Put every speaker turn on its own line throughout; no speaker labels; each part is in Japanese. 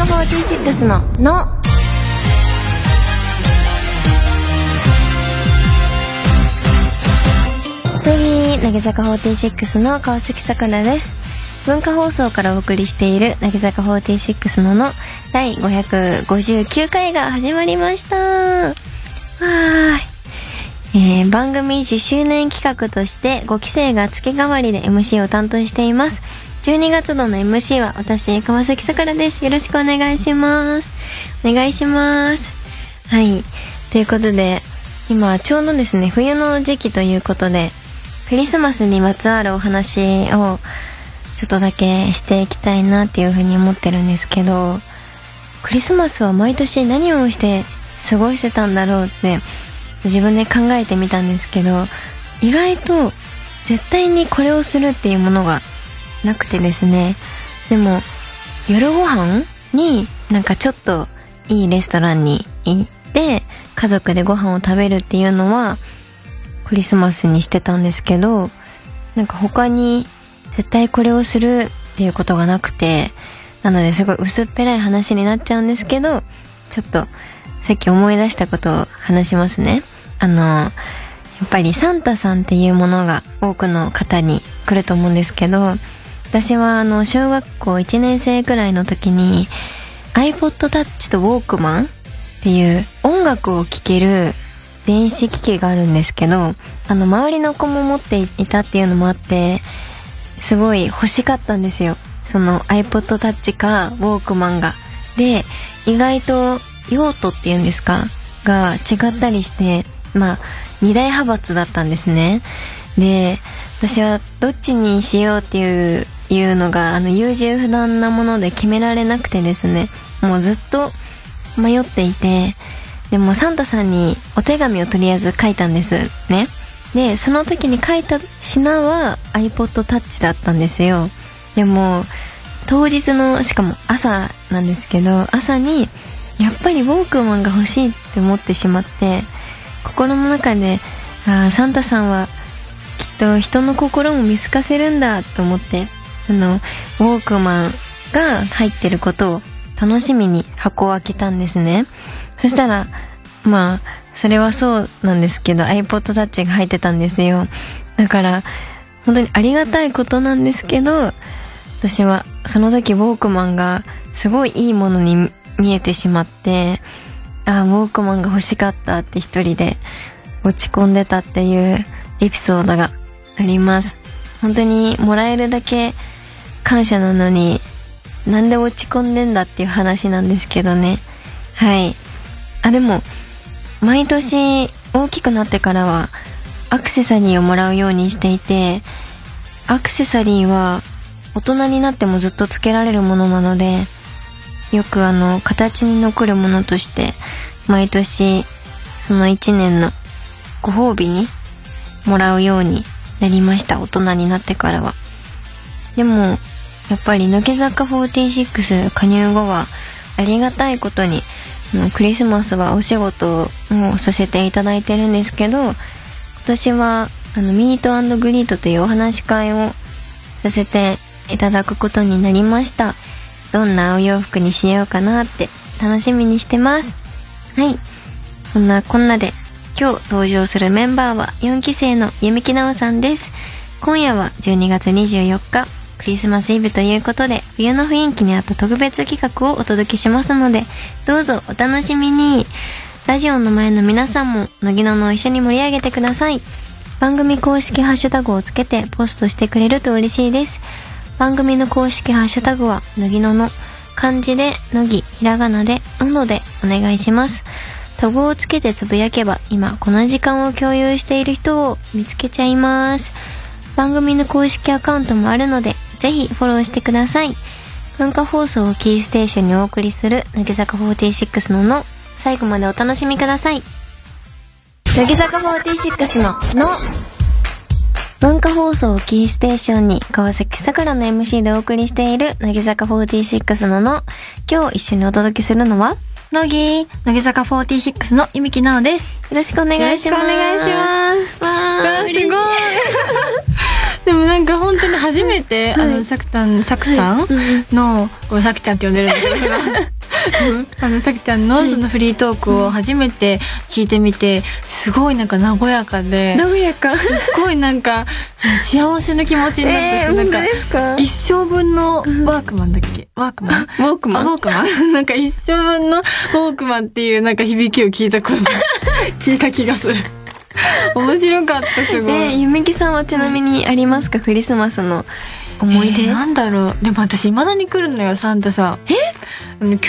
26の「の」という乃木坂46の川崎さくらです文化放送からお送りしている乃木坂46の「の」第559回が始まりましたわーいえー番組10周年企画として5期生が月替わりで MC を担当しています12月度の MC は私川崎さくらですよろしくお願いしますお願いしますはいということで今ちょうどですね冬の時期ということでクリスマスにまつわるお話をちょっとだけしていきたいなっていうふうに思ってるんですけどクリスマスは毎年何をして過ごしてたんだろうって自分で考えてみたんですけど意外と絶対にこれをするっていうものがなくてですねでも夜ご飯になんかちょっといいレストランに行って家族でご飯を食べるっていうのはクリスマスにしてたんですけどなんか他に絶対これをするっていうことがなくてなのですごい薄っぺらい話になっちゃうんですけどちょっとさっき思い出したことを話しますねあのやっぱりサンタさんっていうものが多くの方に来ると思うんですけど私はあの小学校1年生くらいの時に iPod Touch と Walkman っていう音楽を聴ける電子機器があるんですけどあの周りの子も持っていたっていうのもあってすごい欲しかったんですよその iPod Touch か Walkman がで意外と用途っていうんですかが違ったりしてまあ二大派閥だったんですねで私はどっちにしようっていういうのがあの優柔不断なもので決められなくてですねもうずっと迷っていてでもサンタさんにお手紙をとりあえず書いたんですねでその時に書いた品は iPod Touch だったんですよでも当日のしかも朝なんですけど朝にやっぱりウォークマンが欲しいって思ってしまって心の中であーサンタさんはきっと人の心も見透かせるんだと思ってあのウォークマンが入ってることを楽しみに箱を開けたんですねそしたらまあそれはそうなんですけど iPod Touch が入ってたんですよだから本当にありがたいことなんですけど私はその時ウォークマンがすごいいいものに見えてしまってああウォークマンが欲しかったって一人で落ち込んでたっていうエピソードがあります本当にもらえるだけ感謝なのになんで落ち込んでんだっていう話なんですけどねはいあでも毎年大きくなってからはアクセサリーをもらうようにしていてアクセサリーは大人になってもずっとつけられるものなのでよくあの形に残るものとして毎年その1年のご褒美にもらうようになりました大人になってからはでもやっぱり乃木坂46加入後はありがたいことにあのクリスマスはお仕事もさせていただいてるんですけど今年はあのミートグリートというお話し会をさせていただくことになりましたどんなお洋服にしようかなって楽しみにしてますはいそんなこんなで今日登場するメンバーは4期生の弓木奈緒さんです今夜は12月24日クリスマスイブということで冬の雰囲気に合った特別企画をお届けしますのでどうぞお楽しみにラジオの前の皆さんも乃木野の一緒に盛り上げてください番組公式ハッシュタグをつけてポストしてくれると嬉しいです番組の公式ハッシュタグは乃木のの漢字で乃木ひらがなでののでお願いしますタグをつけてつぶやけば今この時間を共有している人を見つけちゃいます番組の公式アカウントもあるのでぜひフォローしてください文化放送をキーステーションにお送りする乃木坂46のの最後までお楽しみください乃木坂46のの文化放送をキーステーションに川崎さくらの MC でお送りしている乃木坂46のの今日一緒にお届けするのはよ
乃木乃木坂46の弓木奈緒です
ろしくお願いします
よろしくお願い
ま
し
すわー
すごい でもなんか本当に初めて、あのさくたんさくたんの、ごめんさくちゃんって呼んでるんですけど あのさきちゃんのそのフリートークを初めて聞いてみてすごいなんか和やかで
名古屋か。
すごいなん か幸せな気持ちになって、
えー、
なん
本当
か
ですか
一生分のワークマンだっけワークマン
ウォーク
あウォークマン なんか一生分のウォークマンっていうなんか響きを聞 いたこと聞いた気がする面白かったすごい、
えー、ゆめきさんはちなみにありますか、クリスマスの思い出、
えーなんだろうでも私未だに来るのよサンタさんえ兄弟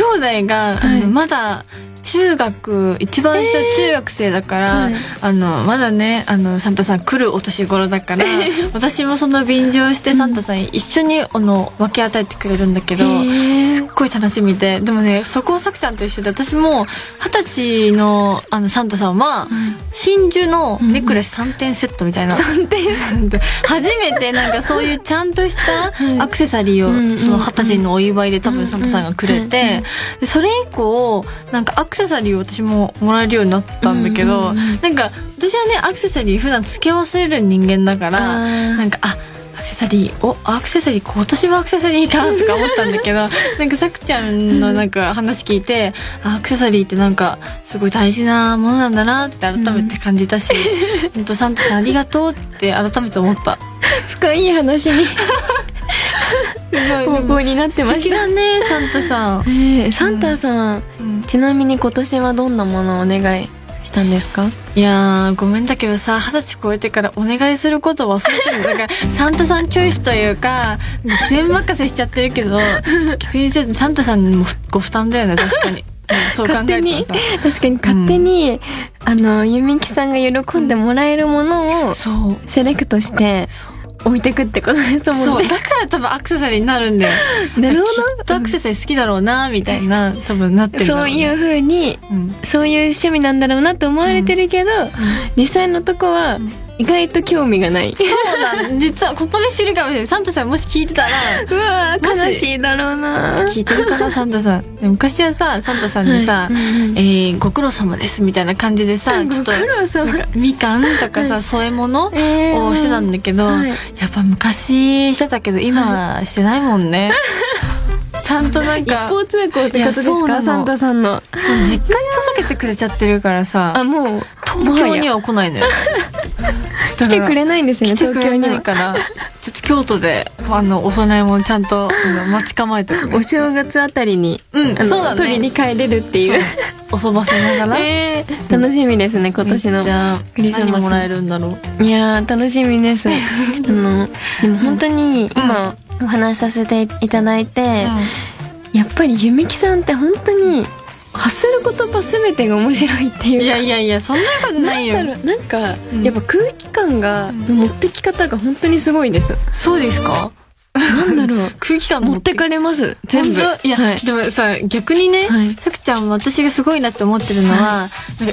は
が、
い
あのまだ中学一番下中学生だから、
はい
あのまだねあのサンタさん来るお年頃だから私もその便乗してサンタさん一緒にあの分け与えてくれるんだけど、
へ
すっごい楽しみででもねそこをさくちゃんと一緒で私も二十歳のあのサンタさんは真珠のネックレス3点セットみたいな、
3点
初めてなんかそういうちゃんとした
はい
アクセサリーを
うんうん
その二十歳のお祝いで多分サンタさんがくれ
うんうんう
てでそれ以降なんかアクセサリーを私ももらえるようになったんだけど
うんうんうん
なんか私はねアクセサリー普段付け忘れる人間だからなんかあアクセサリーおアクセサリー今年もアクセサリーかとか思ったんだけ どなんかさくちゃんのなんか話聞いてあアクセサリーってなんかすごい大事なものなんだなって改めて感じた し、ほんとサンタさんありがとうって改めて思った。
深い話に
す
投稿になってま
素
し
敵
た、
だねサンタさん、
えー、サンタさん、
うん
ちなみに今年はどんなものをお願いしたんですか
いやーごめんだけどさ二十歳超えてからお願いすること忘れてるだからサンタさんチョイスというか全任せしちゃってるけど逆にちょっとサンタさんもご負担だよね確かに、 うんそう考
勝手
え
に
たら
確かに勝手に、あのゆみきさんが喜んでもらえるものを
さそう
セレクトして
そう
置いてくってことですもん
そう
ね
だから多分アクセサリーになるんだよ
なるほ
きっとアクセサリー好きだろうなみたいな多分なっ
ど
てるんだろ
そうう
ね
いう風に
うん
そういう趣味なんだろうなと思われてるけど、実際のとこは
ん
意外と興味がない、
そうなん実はここで知るかもしれないサンタさんもし聞いてたら
うわー悲しいだろうな
聞いてるかなサンタさんで昔はさサンタさんに
は
さ「
いうんうん
えーご苦労様です」みたいな感じでさちょっと
ご苦労様
みかんとかさ添え物を
えー
してたんだけど、
はい
やっぱ昔してたけど今はしてないも んね、ちゃんとなん
一
か
方通行ってこと
い
で
や
す
そうな
か
の
サンタさんの
しかも実家に届けてくれちゃってるから
あ
さ
もう
東京に
もは
は来ないのよ
や来てくれないんですよね
来てく
東京
れ
に
ない
は
からちょっと京都であのお供え物ちゃんとあの待ち構えてくれ
お正月あたりに、
うん
あの
そうだね
取りに帰れるっていう
おそばせながら、
えー楽しみですね今年の
じゃあ
クリスマス
何もらえるんだろう
いやー楽しみです あのでも本当に今お話しさせていただいて、やっぱりゆめきさんって本当に発する言葉全てが面白いっていうか
いやいやいやそんなことないよ
なんだろうなんか、
うん
やっぱ空気感が、
うん
持ってき方が本当にすごいです。
そうですか
なんだろう。
空気感
持ってかれます。全部。
本当いや、
はい。
でもさ逆にね、
はい
さくちゃん私がすごいなって思ってるのは、なんか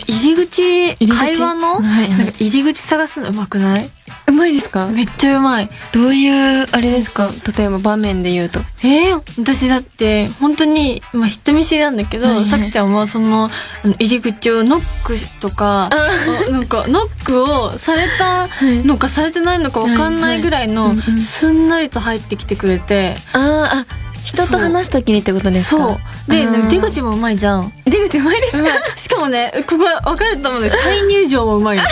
入り口
り口
会話の、
はいはい
なんか入り口探すのうまくないう
まいですか
めっちゃうまい
どういう、あれですか例えば場面で言うと。
えー、私だって本当にまあ人見知りなんだけ
はいは
ど
い
さくちゃんはそのあの入り口をノックとかあなんかノックをされた
い
のかされてないのかわかんないぐらい
は
の
いはいうんうん
すんなりと入ってきてくれて
ああ、あ、人と話すときにってことです
そ
か
うで
あー
出口もうまいじゃん
出口うまいですか
しかもねここ分かると思うんで再入場もうまいの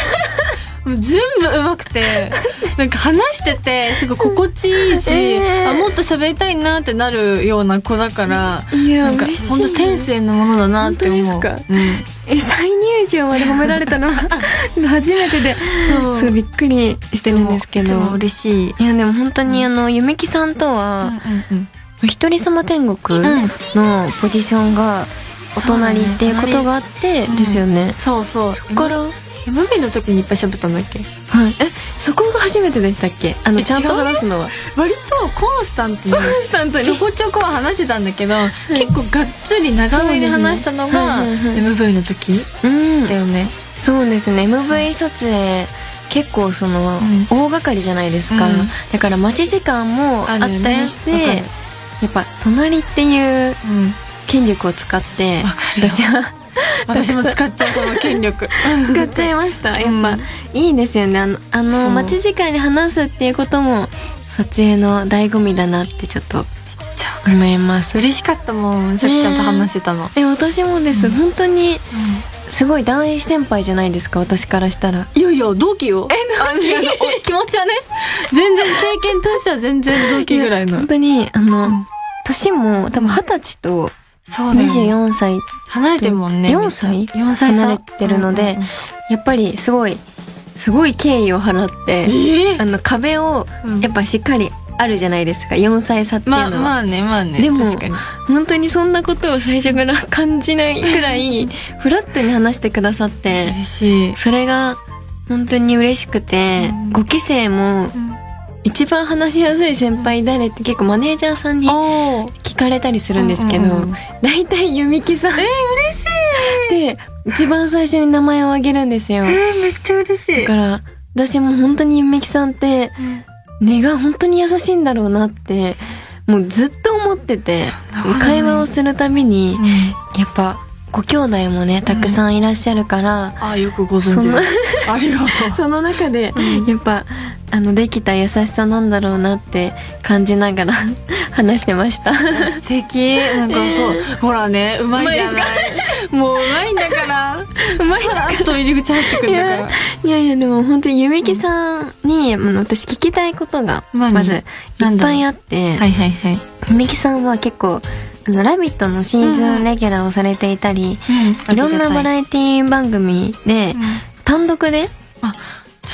もう全部うまくてなんか話しててすごい心地いいし、
えー
あもっと喋りたいなってなるような子だから、
いや
なんか
嬉しい
本当天性のものだなって思う
本当です
うん
え、再入場まで褒められ たの初めてで。
そう
すごいびっくりしてるんですけど
いつ。も嬉しい、
いや、でも本当にあの、ゆめきさんとは、お一人様天国
うん
のポジションがお隣っていうことがあって
うん
ですよね。
そうそう
そこから、はい。
MV の時にいっぱい喋ったんだっけ
え、そこが初めてでしたっけあの、
え
ちゃんと話すのは。
割とコンスタントに
スタント
ちょこちょこは話してたんだけど、結構がっつり長めに話したのが、
そうですねはい
MV の時
うん
だ。よね、
そうですね。MV 撮影、結構その
ん、
大掛かりじゃないですか
うん。
だから待ち時間もあったりし
あるよねわか
て
る、
やっぱ、隣っていう
うん、
権力を使って
わか、るよ
私は、
私も使っ ちゃうその権力
使っちゃいましたやっぱ、
うん
いいですよねあのあ
そ
の
う
待ち時間に話すっていうことも撮影の醍醐味だなってちょっと
ちゃうから
思います
嬉しかったもんさきちゃんと話せたの、
え私もです、
うん
本当にすごい大先輩じゃないですか私からしたら
いやいや同期よえ同期気持ちはね全然経験としては全然同期ぐらいの
本当にあの、
うん
年も多分二十歳と
そうだよね
24歳、
離れてるもんね
4歳
4歳差
離れてるので
うんうんうん
やっぱりすごいすごい敬意を払って
ええ
あの壁を
うん
やっぱしっかりあるじゃないですか4歳差っていうの
ま
は、
あまあねまあね
でも
確かに
本当にそんなことを最初から感じないくらい フラットに話してくださって
嬉しい
それが本当に嬉しくて
うん
5期生も一番話しやすい先輩誰って結構マネージャーさんに
おお
聞かれたりするんですけど
うんうんうん
大体ゆみきさん嬉しいで一番最初に名前を挙げるんですよ
えーめっちゃ嬉しい
だから私も本当にゆみきさんって
うん
根が本当に優しいんだろうなってもうずっと思ってて
そんなことない
会話をするたびに
うん
やっぱご兄弟もねたくさんいらっしゃるから、
あよくご
そ
存
んな
知ありがとう
その中で、
うん
やっぱあのできた優しさなんだろうなって感じながら 話してま した
素敵なんかそうほらねうまいじゃないもううまいんだからうまいさらっと入り口入ってくんだか
い
ら
いやいやでも本当にゆめきさんに、あの私聞きたいことが
何
まずいっ
なんだ
ぱ
ろう
いあって、
はいはいはい
ゆめきさんは結構「あのラビット!」のシーズンレギュラーをされていたり、いろんなバ
エ
ラエティ番組で単独で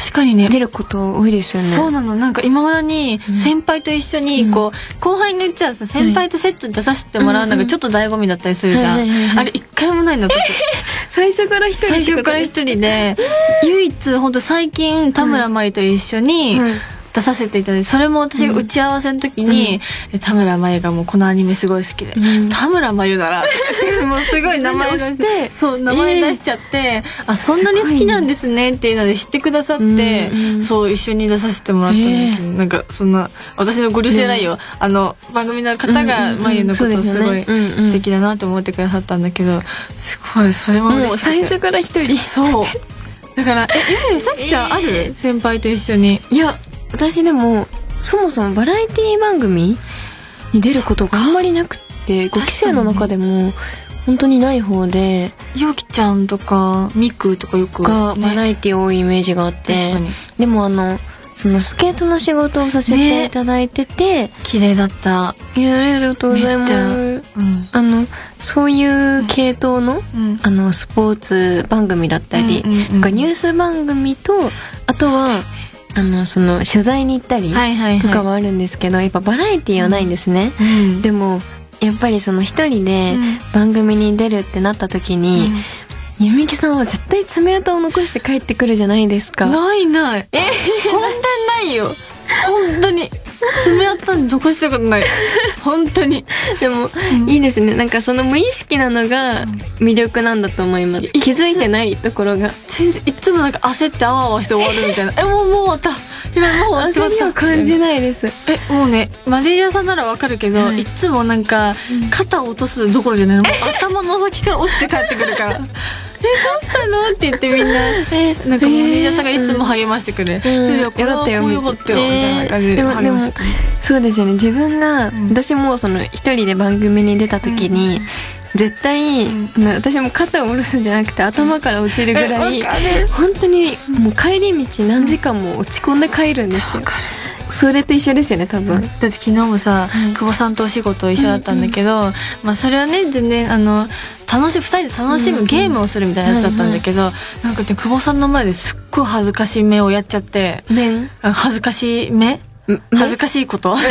確かにね
出ること多いですよね。
そうなのなんか今までに
うん
先輩と一緒
う
に
ん
こう後輩のうちはさ先輩とセットで出させてもらうの
う
が
ん
ちょっと醍醐味だったりするじゃ
はいはいはいは
ん
い
あれ一回もないの私
最初から一人
最初から一人で唯一本当最近田村舞と一緒に
うん
出させていただいてそれも私が打ち合わせの時にえ田村舞がもうこのアニメすごい好きで
うん
田村真由な らもうすごい名前出
自分で
し
押して
てそう名前出しちゃって、あそんなに好きなんですねっていうので知ってくださって、
うんうん
そう一緒に出させてもらったんだけど、なんかそんな私のご了承ないよ、あの番組の方
うん
が
うんうん
真由のこと
そう
を
です
す
よ
ご
ね
い
うんう
素
ん
敵だなと思ってくださったんだけどすごいそれも嬉し
もう
くて
最初から一人。
そうだからえゆめゆさきちゃんある、
え
先輩と一緒に
いや、私でも、そもそもバラエティ番組に出ることがあんまりなくって、5期生の中でも、本当にない方で、
よきちゃんとかみくとかよく
がバラ
ね
エティ多いイメージがあっ
確
て
か、に
でもあの、そのスケートの仕事をさせていただいてて、
綺麗だった
いや、ありがとうございます。
うん
あの、そういう系統の、
うん
あの、スポーツ番組だったり、なんかニュース番組と、あとは、あの、その、取材に行ったり、
はいはいはい
とかはあるんですけど、やっぱバラエティーはないんですね。
うん
でも、やっぱりその一人で
うん
番組に出るってなった時に、
うん
ゆみきさんは絶対爪痕を残して帰ってくるじゃないですか。
ないない
え
本当にないよ本当に爪痕に残したことない本当に
でも、
うん
いいですね。なんかその無意識なのが魅力なんだと思います。
いつ
気づいてないところが。
全然いつもなんか焦ってあわあわして終わるみたいなえもうもう終わったいやもう終わ
焦
った
りを感じないです。
えもうねマネージャーさんならわかるけど、
はい
い、つもなんか、
うん
肩を落とすどころじ ゃないのもう頭の先から落ちて帰ってくるからえどうしたのって言ってみんな
え
なんかマネージャーさんがいつも
入
励ましてくれる、
うん
いやこれは
よかったよ
こうよかったよ、
み
み
た
た
いない
な感じで
えーで
励ま
も
してくれる
そうですよね。自分が、
うん
私もその一人で番組に出た時に、絶対、
う
な私も肩を下ろすんじゃなくて頭から落ちるぐらい、
えわかる
本当にもう帰り道何時間も落ち込んで帰るんですよ。
か
それと一緒ですよね、
だ
多
っ
分。
て昨日もさ、
はい
久保さんとお仕事一緒だったんだけど、まあそれはね全然あの楽しい二人で楽し
うんう
む
ん
ゲームをするみたいなやつだったんだけど、なんかね久保さんの前ですっごい恥ずかしい目をやっちゃって
面
あ恥ずかしい目恥ずかしいこと な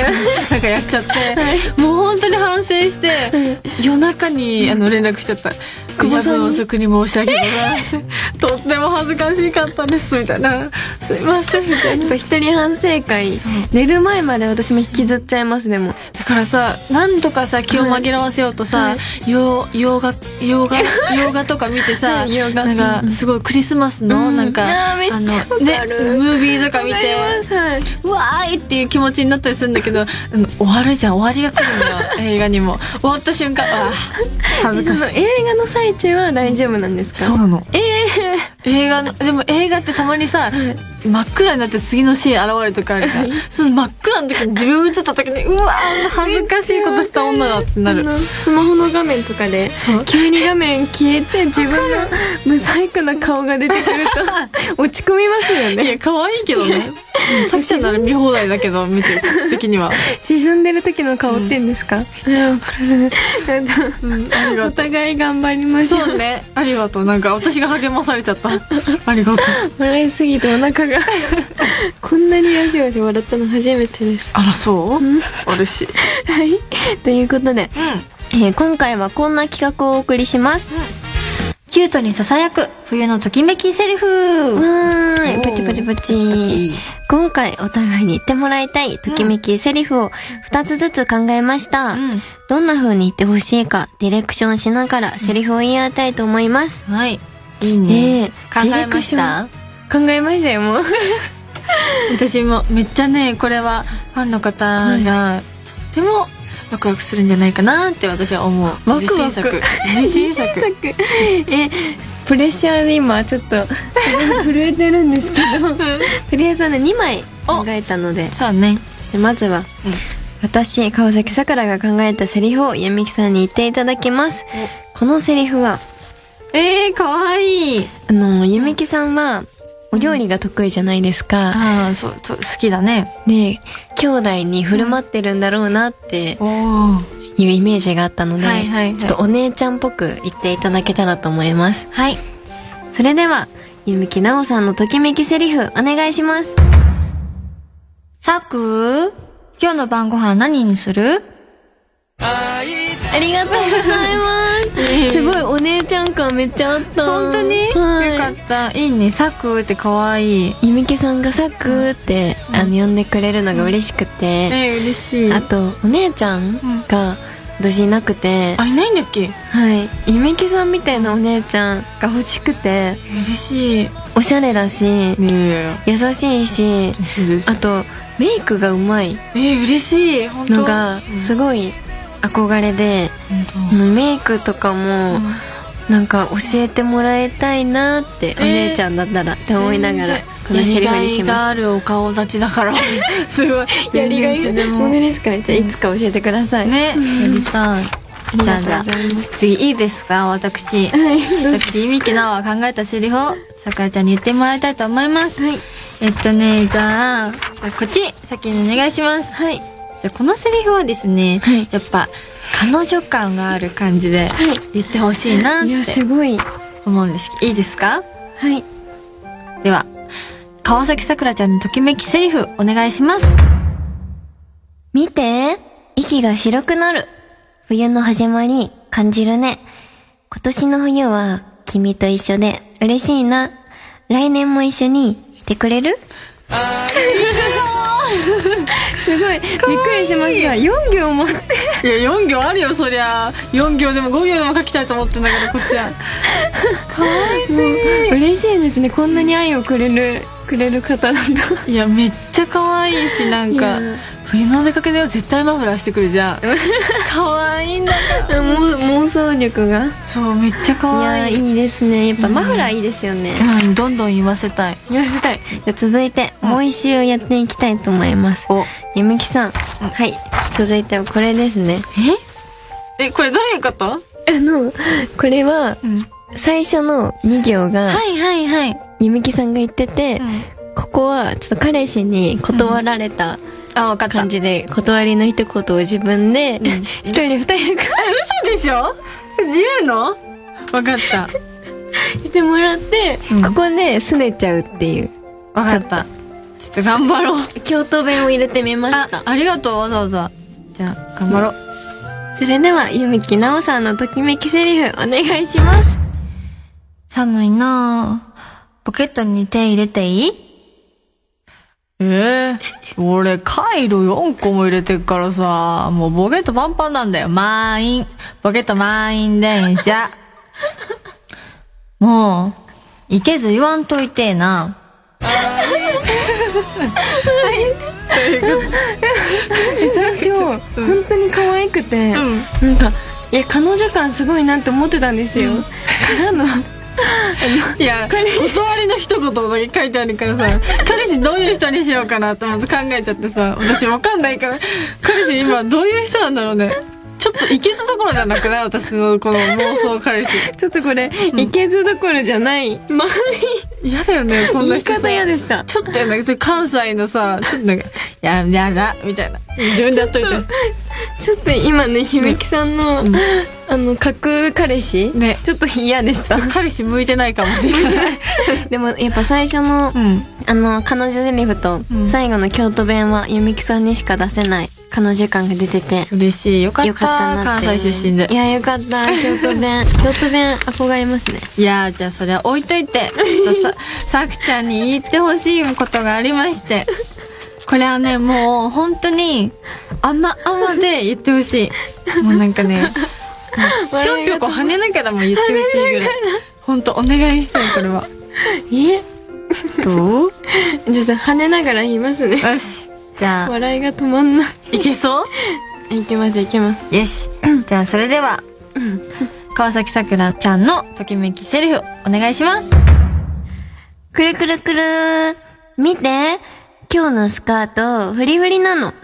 んかやっちゃって、もう本当に反省して夜中にあの連絡しちゃった「
久保さん
夜
に
分遅くに申し訳ございません とっても恥ずかしかったです」みたいな「すいません」みたいな
やっぱ一人反省会
そう
寝る前まで私も引きずっちゃいますでも
だからさなんとかさ気を紛らわせようと
は
さ、
い
洋洋画洋 画洋画とか見てさ、
はい洋画
なんかすごいクリスマスの、
うん
なんか
あーめっちゃわかる
ねムービーとか見
わかり
て
ますはい
わーいっていう気持ちになったりするんだけど、うん終わるじゃん終わりが来るんだよ 映画にも終わった瞬間あー恥ずかしい
映画の最中は大丈夫なんですか
そうなの
ええ
映画のでも映画ってたまにさ真っ暗になって次のシーン現れるとかあるからその真っ暗の時に自分映った時にうわー恥ずかしいことした女だってなる
あのスマホの画面とかで
そう
急に画面消えて自分の無細工な顔が出てくると 落ち込みますよ
い
ね
や可愛いけどね さきちゃんなら見放題だけど見てる的には、
沈んでる時の顔ってんですか、めっちゃわかる
うん、あり
お
がとう
互い頑張りましょう
そうねありがとうなんか私が励まされちゃ ったありがとう
笑いすぎてお腹 がこんなにラジオで笑ったの初めてです
あらそう
うん
嬉しい
はい ということで、
う
えー今回はこんな企画をお送りします
ん、
キュートにささやく冬のときめきセリフわー
お
い
ー
プチプチプチ今回お互いに言ってもらいたいときめきセリフを2つずつ考えました、
うん
どんな風に言ってほしいかディレクションしながらセリフを言い合いたいと思います、
はいいい
ねえ
考えました
考えましたよもう
私もめっちゃねこれはファンの方がとてもワクワクするんじゃないかなって私は思う
ワクワク
自信作自信作
えプレッシャーで今ちょっと震えてるんですけどとりあえずあの2枚考えたので
そうね
でまずは、私川崎さくらが考えたセリフを弓木さんに言っていただきますこのセリフは
えー、かわいい
あの弓木さんはお料理が得意じゃないですか、
ああそうそう好きだね
で兄弟に振る舞ってるんだろうなって
おお
いうイメージがあったので、
はいはいはい
ちょっとお姉ちゃんっぽく言っていただけたらと思います
はい
それでは弓木奈緒さんのときめきセリフお願いします
さく今日の晩ご飯何にする
ありがとうござい ますすごいお姉ちゃん感めっちゃあった
本当に、
はい
よかったいいねサクってかわいい
ゆみけさんがサクーって、あの呼んでくれるのが嬉しくて、
えー、嬉しい
あとお姉ちゃんが私いなくて、
あいないんだっけ
はいゆみけさんみたいなお姉ちゃんが欲しくて
嬉しい
おしゃれだし
ねえ
優しいし
嬉しいです
あとメイクがうまい
えー、嬉しい本当
のがすごい憧れで、
うん
もうメイクとかも
うん
なんか教えてもらいたいなって、お姉ちゃんだったらって思いながらこのセリフにしました
やりがいがあるお顔立ちだから すごい
やりがい
全然
本当
ね
ですかじゃあいつか教えてください、
やりたい
あり
じゃ
が
あ
とう
じ
ござい
ゃ
ま
あ
す
次いいですか私
はいどうぞ
私みきなおは考えたセリフをさくらちゃんに言ってもらいたいと思います
はい
えっとねじゃあこっち先にお願いします
はい
じゃあこのセリフはですね、
はい
やっぱ彼女感がある感じで言ってほしいなっ
いや
て
すごい
思うんですいいですか
はい
では川崎さくらちゃんのときめきセリフお願いします
見て息が白くなる冬の始まり感じるね今年の冬は君と一緒で嬉しいな来年も一緒にいてくれるすごいびっくりしました4行も
いや4行あるよそりゃ4行でも5行でも書きたいと思ってんだけどこっちは
嬉しいですねこんなに愛をくれるくれる方なんだ
いやめっちゃ可愛いしなんか
いや
冬のお出かけだよ絶対マフラーしてくるじ ゃん可愛いんだか
妄想力が
らそうめっちゃ
い
可
や
愛い
いいですねやっぱマフラーいいですよね
うんどんどん言わせたい
言わせたいじゃあ続いてもう一周やっていきたいと思います
お
ゆみきさんはい続いてはこれですね
ええこれどういうこと
あのこれは
うん
最初の2行が
いはいはい
ゆみきさんが言ってて
ん
ここはちょっと彼氏に断られた
あ分かった
感じで断りの一言を自分で一人で二人で
え嘘でしょ言うの分かった
してもらって
うん
ここで拗ねちゃうっていう
分かったちょっと頑張ろう
京都弁を入れてみまし
あ
た
ありがとうわざわざじゃあ頑張ろう
それではゆみきなおさんのときめきセリフお願いします
寒いなあポケットに手入れていい
ええ俺、カイロ4個も入れてっからさ、もうボケットパンパンなんだよ。満員。ボケット満員 電車。
もう、いけず言わんといてえな。
最初本当に可愛くて、なんかいや彼女感すごいなって思ってたんですよ、からの
いや断りの一言だけ書いてあるからさ彼氏どういう人にしようかなってまず考えちゃってさ私わかんないから彼氏今どういう人なんだろうねちょっといけずどころじゃなくない私のこの妄想彼氏
ちょっとこれ、いけずどころじゃない まあ
嫌だよねこん
言
な
い
人さ
方嫌でした
ちょっとやなんか関西のさちょっとなんか「ややだ」みたいな自分でやっといて
ちょっと今ね響きさんの、
ん
あの架空彼氏、
ね
ちょっと嫌でした
彼氏向いてないかもしれない
でもやっぱ最初の、
うん
あの彼女セリフと
うん
最後の京都弁は弓木さんにしか出せない彼女感が出てて
嬉しいよかった
よかったなって
関西出身で
いやよかった京都 弁京都弁憧れますね
いやーじゃあそれは置いといてちょっとさ さくちゃんに言ってほしいことがありましてこれはねもう本当にあまあまで言ってほしいもうなんかねぴょんぴょんこう跳ねながらも言ってほしいぐらい本当お願いしたいこれは
え
どう
ちょっと跳ねながら言いますね
よしじゃあ
笑いが止まんない
いけそう
いきますいきます
よし。じゃあ、それでは、川崎さくらちゃんのときめきセリフ、お願いします。
くるくるくるー見て今日のスカート、フリフリなの。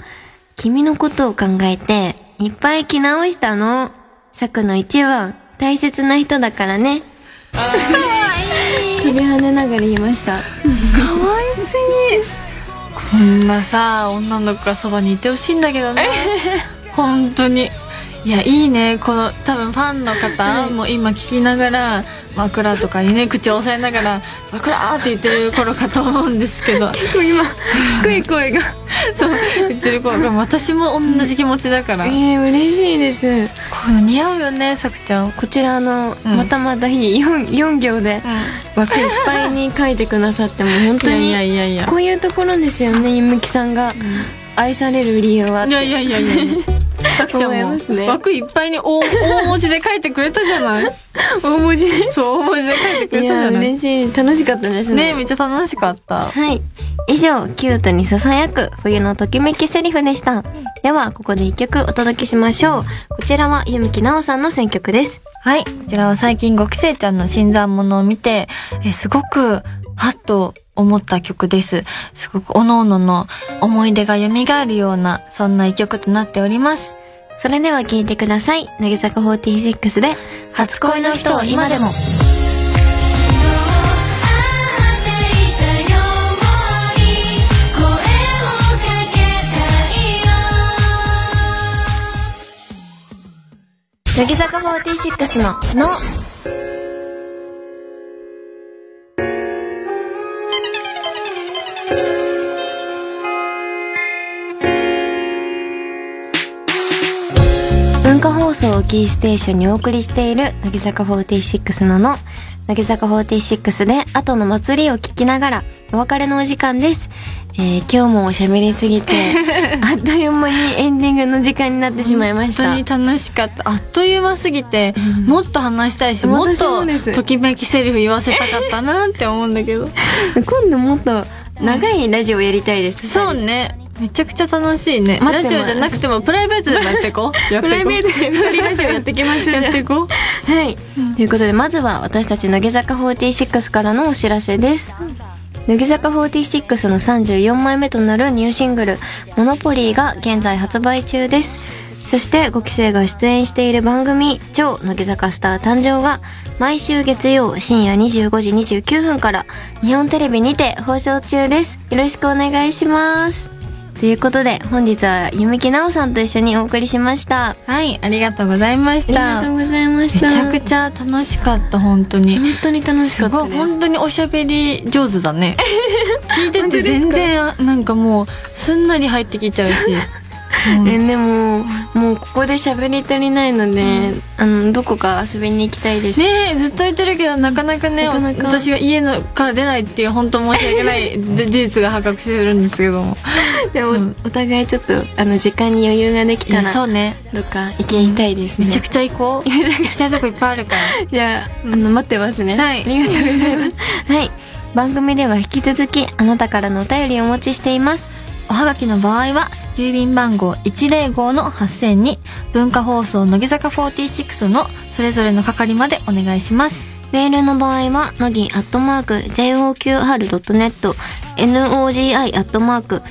君のことを考えて、いっぱい着直したの。作の一番、大切な人だからね。かわいい切り離ながら言いました。
こんなさ、女の子がそばにいてほしいんだけどね。 本当に。いや、いいね。この、多分ファンの方も今聞きながら、枕とかにね、口を押さえながら、枕ーって言ってる頃かと思うんですけど、
結構今、 低い声が。
そう、言ってる頃が、私も同じ気持ちだから。こ
ええ嬉しいです。
ういうの似合うよね、さくちゃん。
こちらあの、
うん
またまたいい 4, 4行で枠いっぱいに書いてくださっても本
い
当
やい
に
やいやい や。
こういうところですよね、ゆむきさんが愛される理由はっ
い
て。
やいやいやいや。さきちゃ
思いま
ん
す
も、
ね
枠いっぱいに大大文字で書いてくれたじ ゃない。
大文字で。
そう、大文字で書いてく
い
れたじ
や
ゃない。
嬉しい楽しかったです
ね
ね
めっちゃ楽しかった。
はい以上キュートにささやく冬のときめきセリフでしたではここで一曲お届けしましょうこちらはゆむきなおさんの選曲です
はい。こちらは最近5期生ちゃんの新参者を見て、えすごく、はっと思った曲です。すごく、おのおのの思い出が蘇るような、そんな一曲となっております。
それでは聴いてください乃木坂46で初恋の人を今でも乃木坂46の「の」文化放送をキーステーションにお送りしている乃木坂46のの乃木坂46で後の祭りを聞きながらお別れのお時間です、えー今日もおしゃべりすぎ てあっという間にエンディングの時間になってしまいました
本当に楽しかった。あっという間すぎて、もっと話したいし、もっ
私
と
もです、
ときめきセリフ言わせたかったなって思うんだけど。
今度もっと長いラジオやりたいです、
そうね。めちゃくちゃ楽しいね。
待っ
ラ
て
ジオじゃなくてもプライベートでもやっていこう。 やっ
プ
て
ラ
い
イ
こ
ベートで二人ラジオやっていきまし
う。
ょうじ
や
ゃ
っていこう。
あはい、ということでまずは私たち乃木坂46からのお知らせです、乃木坂46の34枚目となるニューシングル「モノポリー」が現在発売中ですそして5期生が出演している番組「超乃木坂スター誕生」が毎週月曜深夜25時29分から日本テレビにて放送中ですよろしくお願いしますということで本日は弓木奈緒さんと一緒にお送りしました
はい、ありがとうございまし
あ
た。
りがと
め
うございまし
ち
た
ゃくちゃ楽しかった、本当に。
本当に楽しか
す
った
ごい、
です
本当におしゃべり上手だね。聞いてて全然、なんかもう、すんなり入ってきちゃうし。
えでももうここで喋り足りないので、あのどこか遊びに行きたいです、
ねえずっと言ってるけどなかなかね
なかなか
私が家のから出ないっていう本当申し訳ないで事実が発覚してるんですけども
でもおお互いちょっとあの時間に余裕ができ
い
た
や
ら
そうね
どっか行きたいですね
めちゃくちゃ行こう行きたいとこいっぱいあるから
じゃああの待ってますね
はい
ありがとうございますはい番組では引き続きあなたからのお便りをお待ちしています
おはがきの場合は、郵便番号105の8000に、文化放送乃木坂46のそれぞれの係までお願いします。
メールの場合は、のぎアットマーク、joqr.net、nogi アットマーク、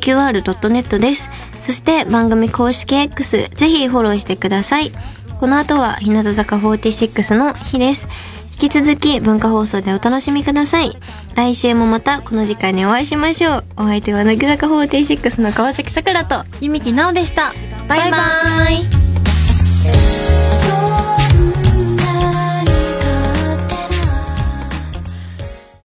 joqr.net です。そして番組公式 X、ぜひフォローしてください。この後は、日向坂46の日です。引き続き文化放送でお楽しみください。来週もまたこの時間にお会いしましょう。お相手は乃木坂46の川崎さくらと、
ゆみきなおでした。
バイバイ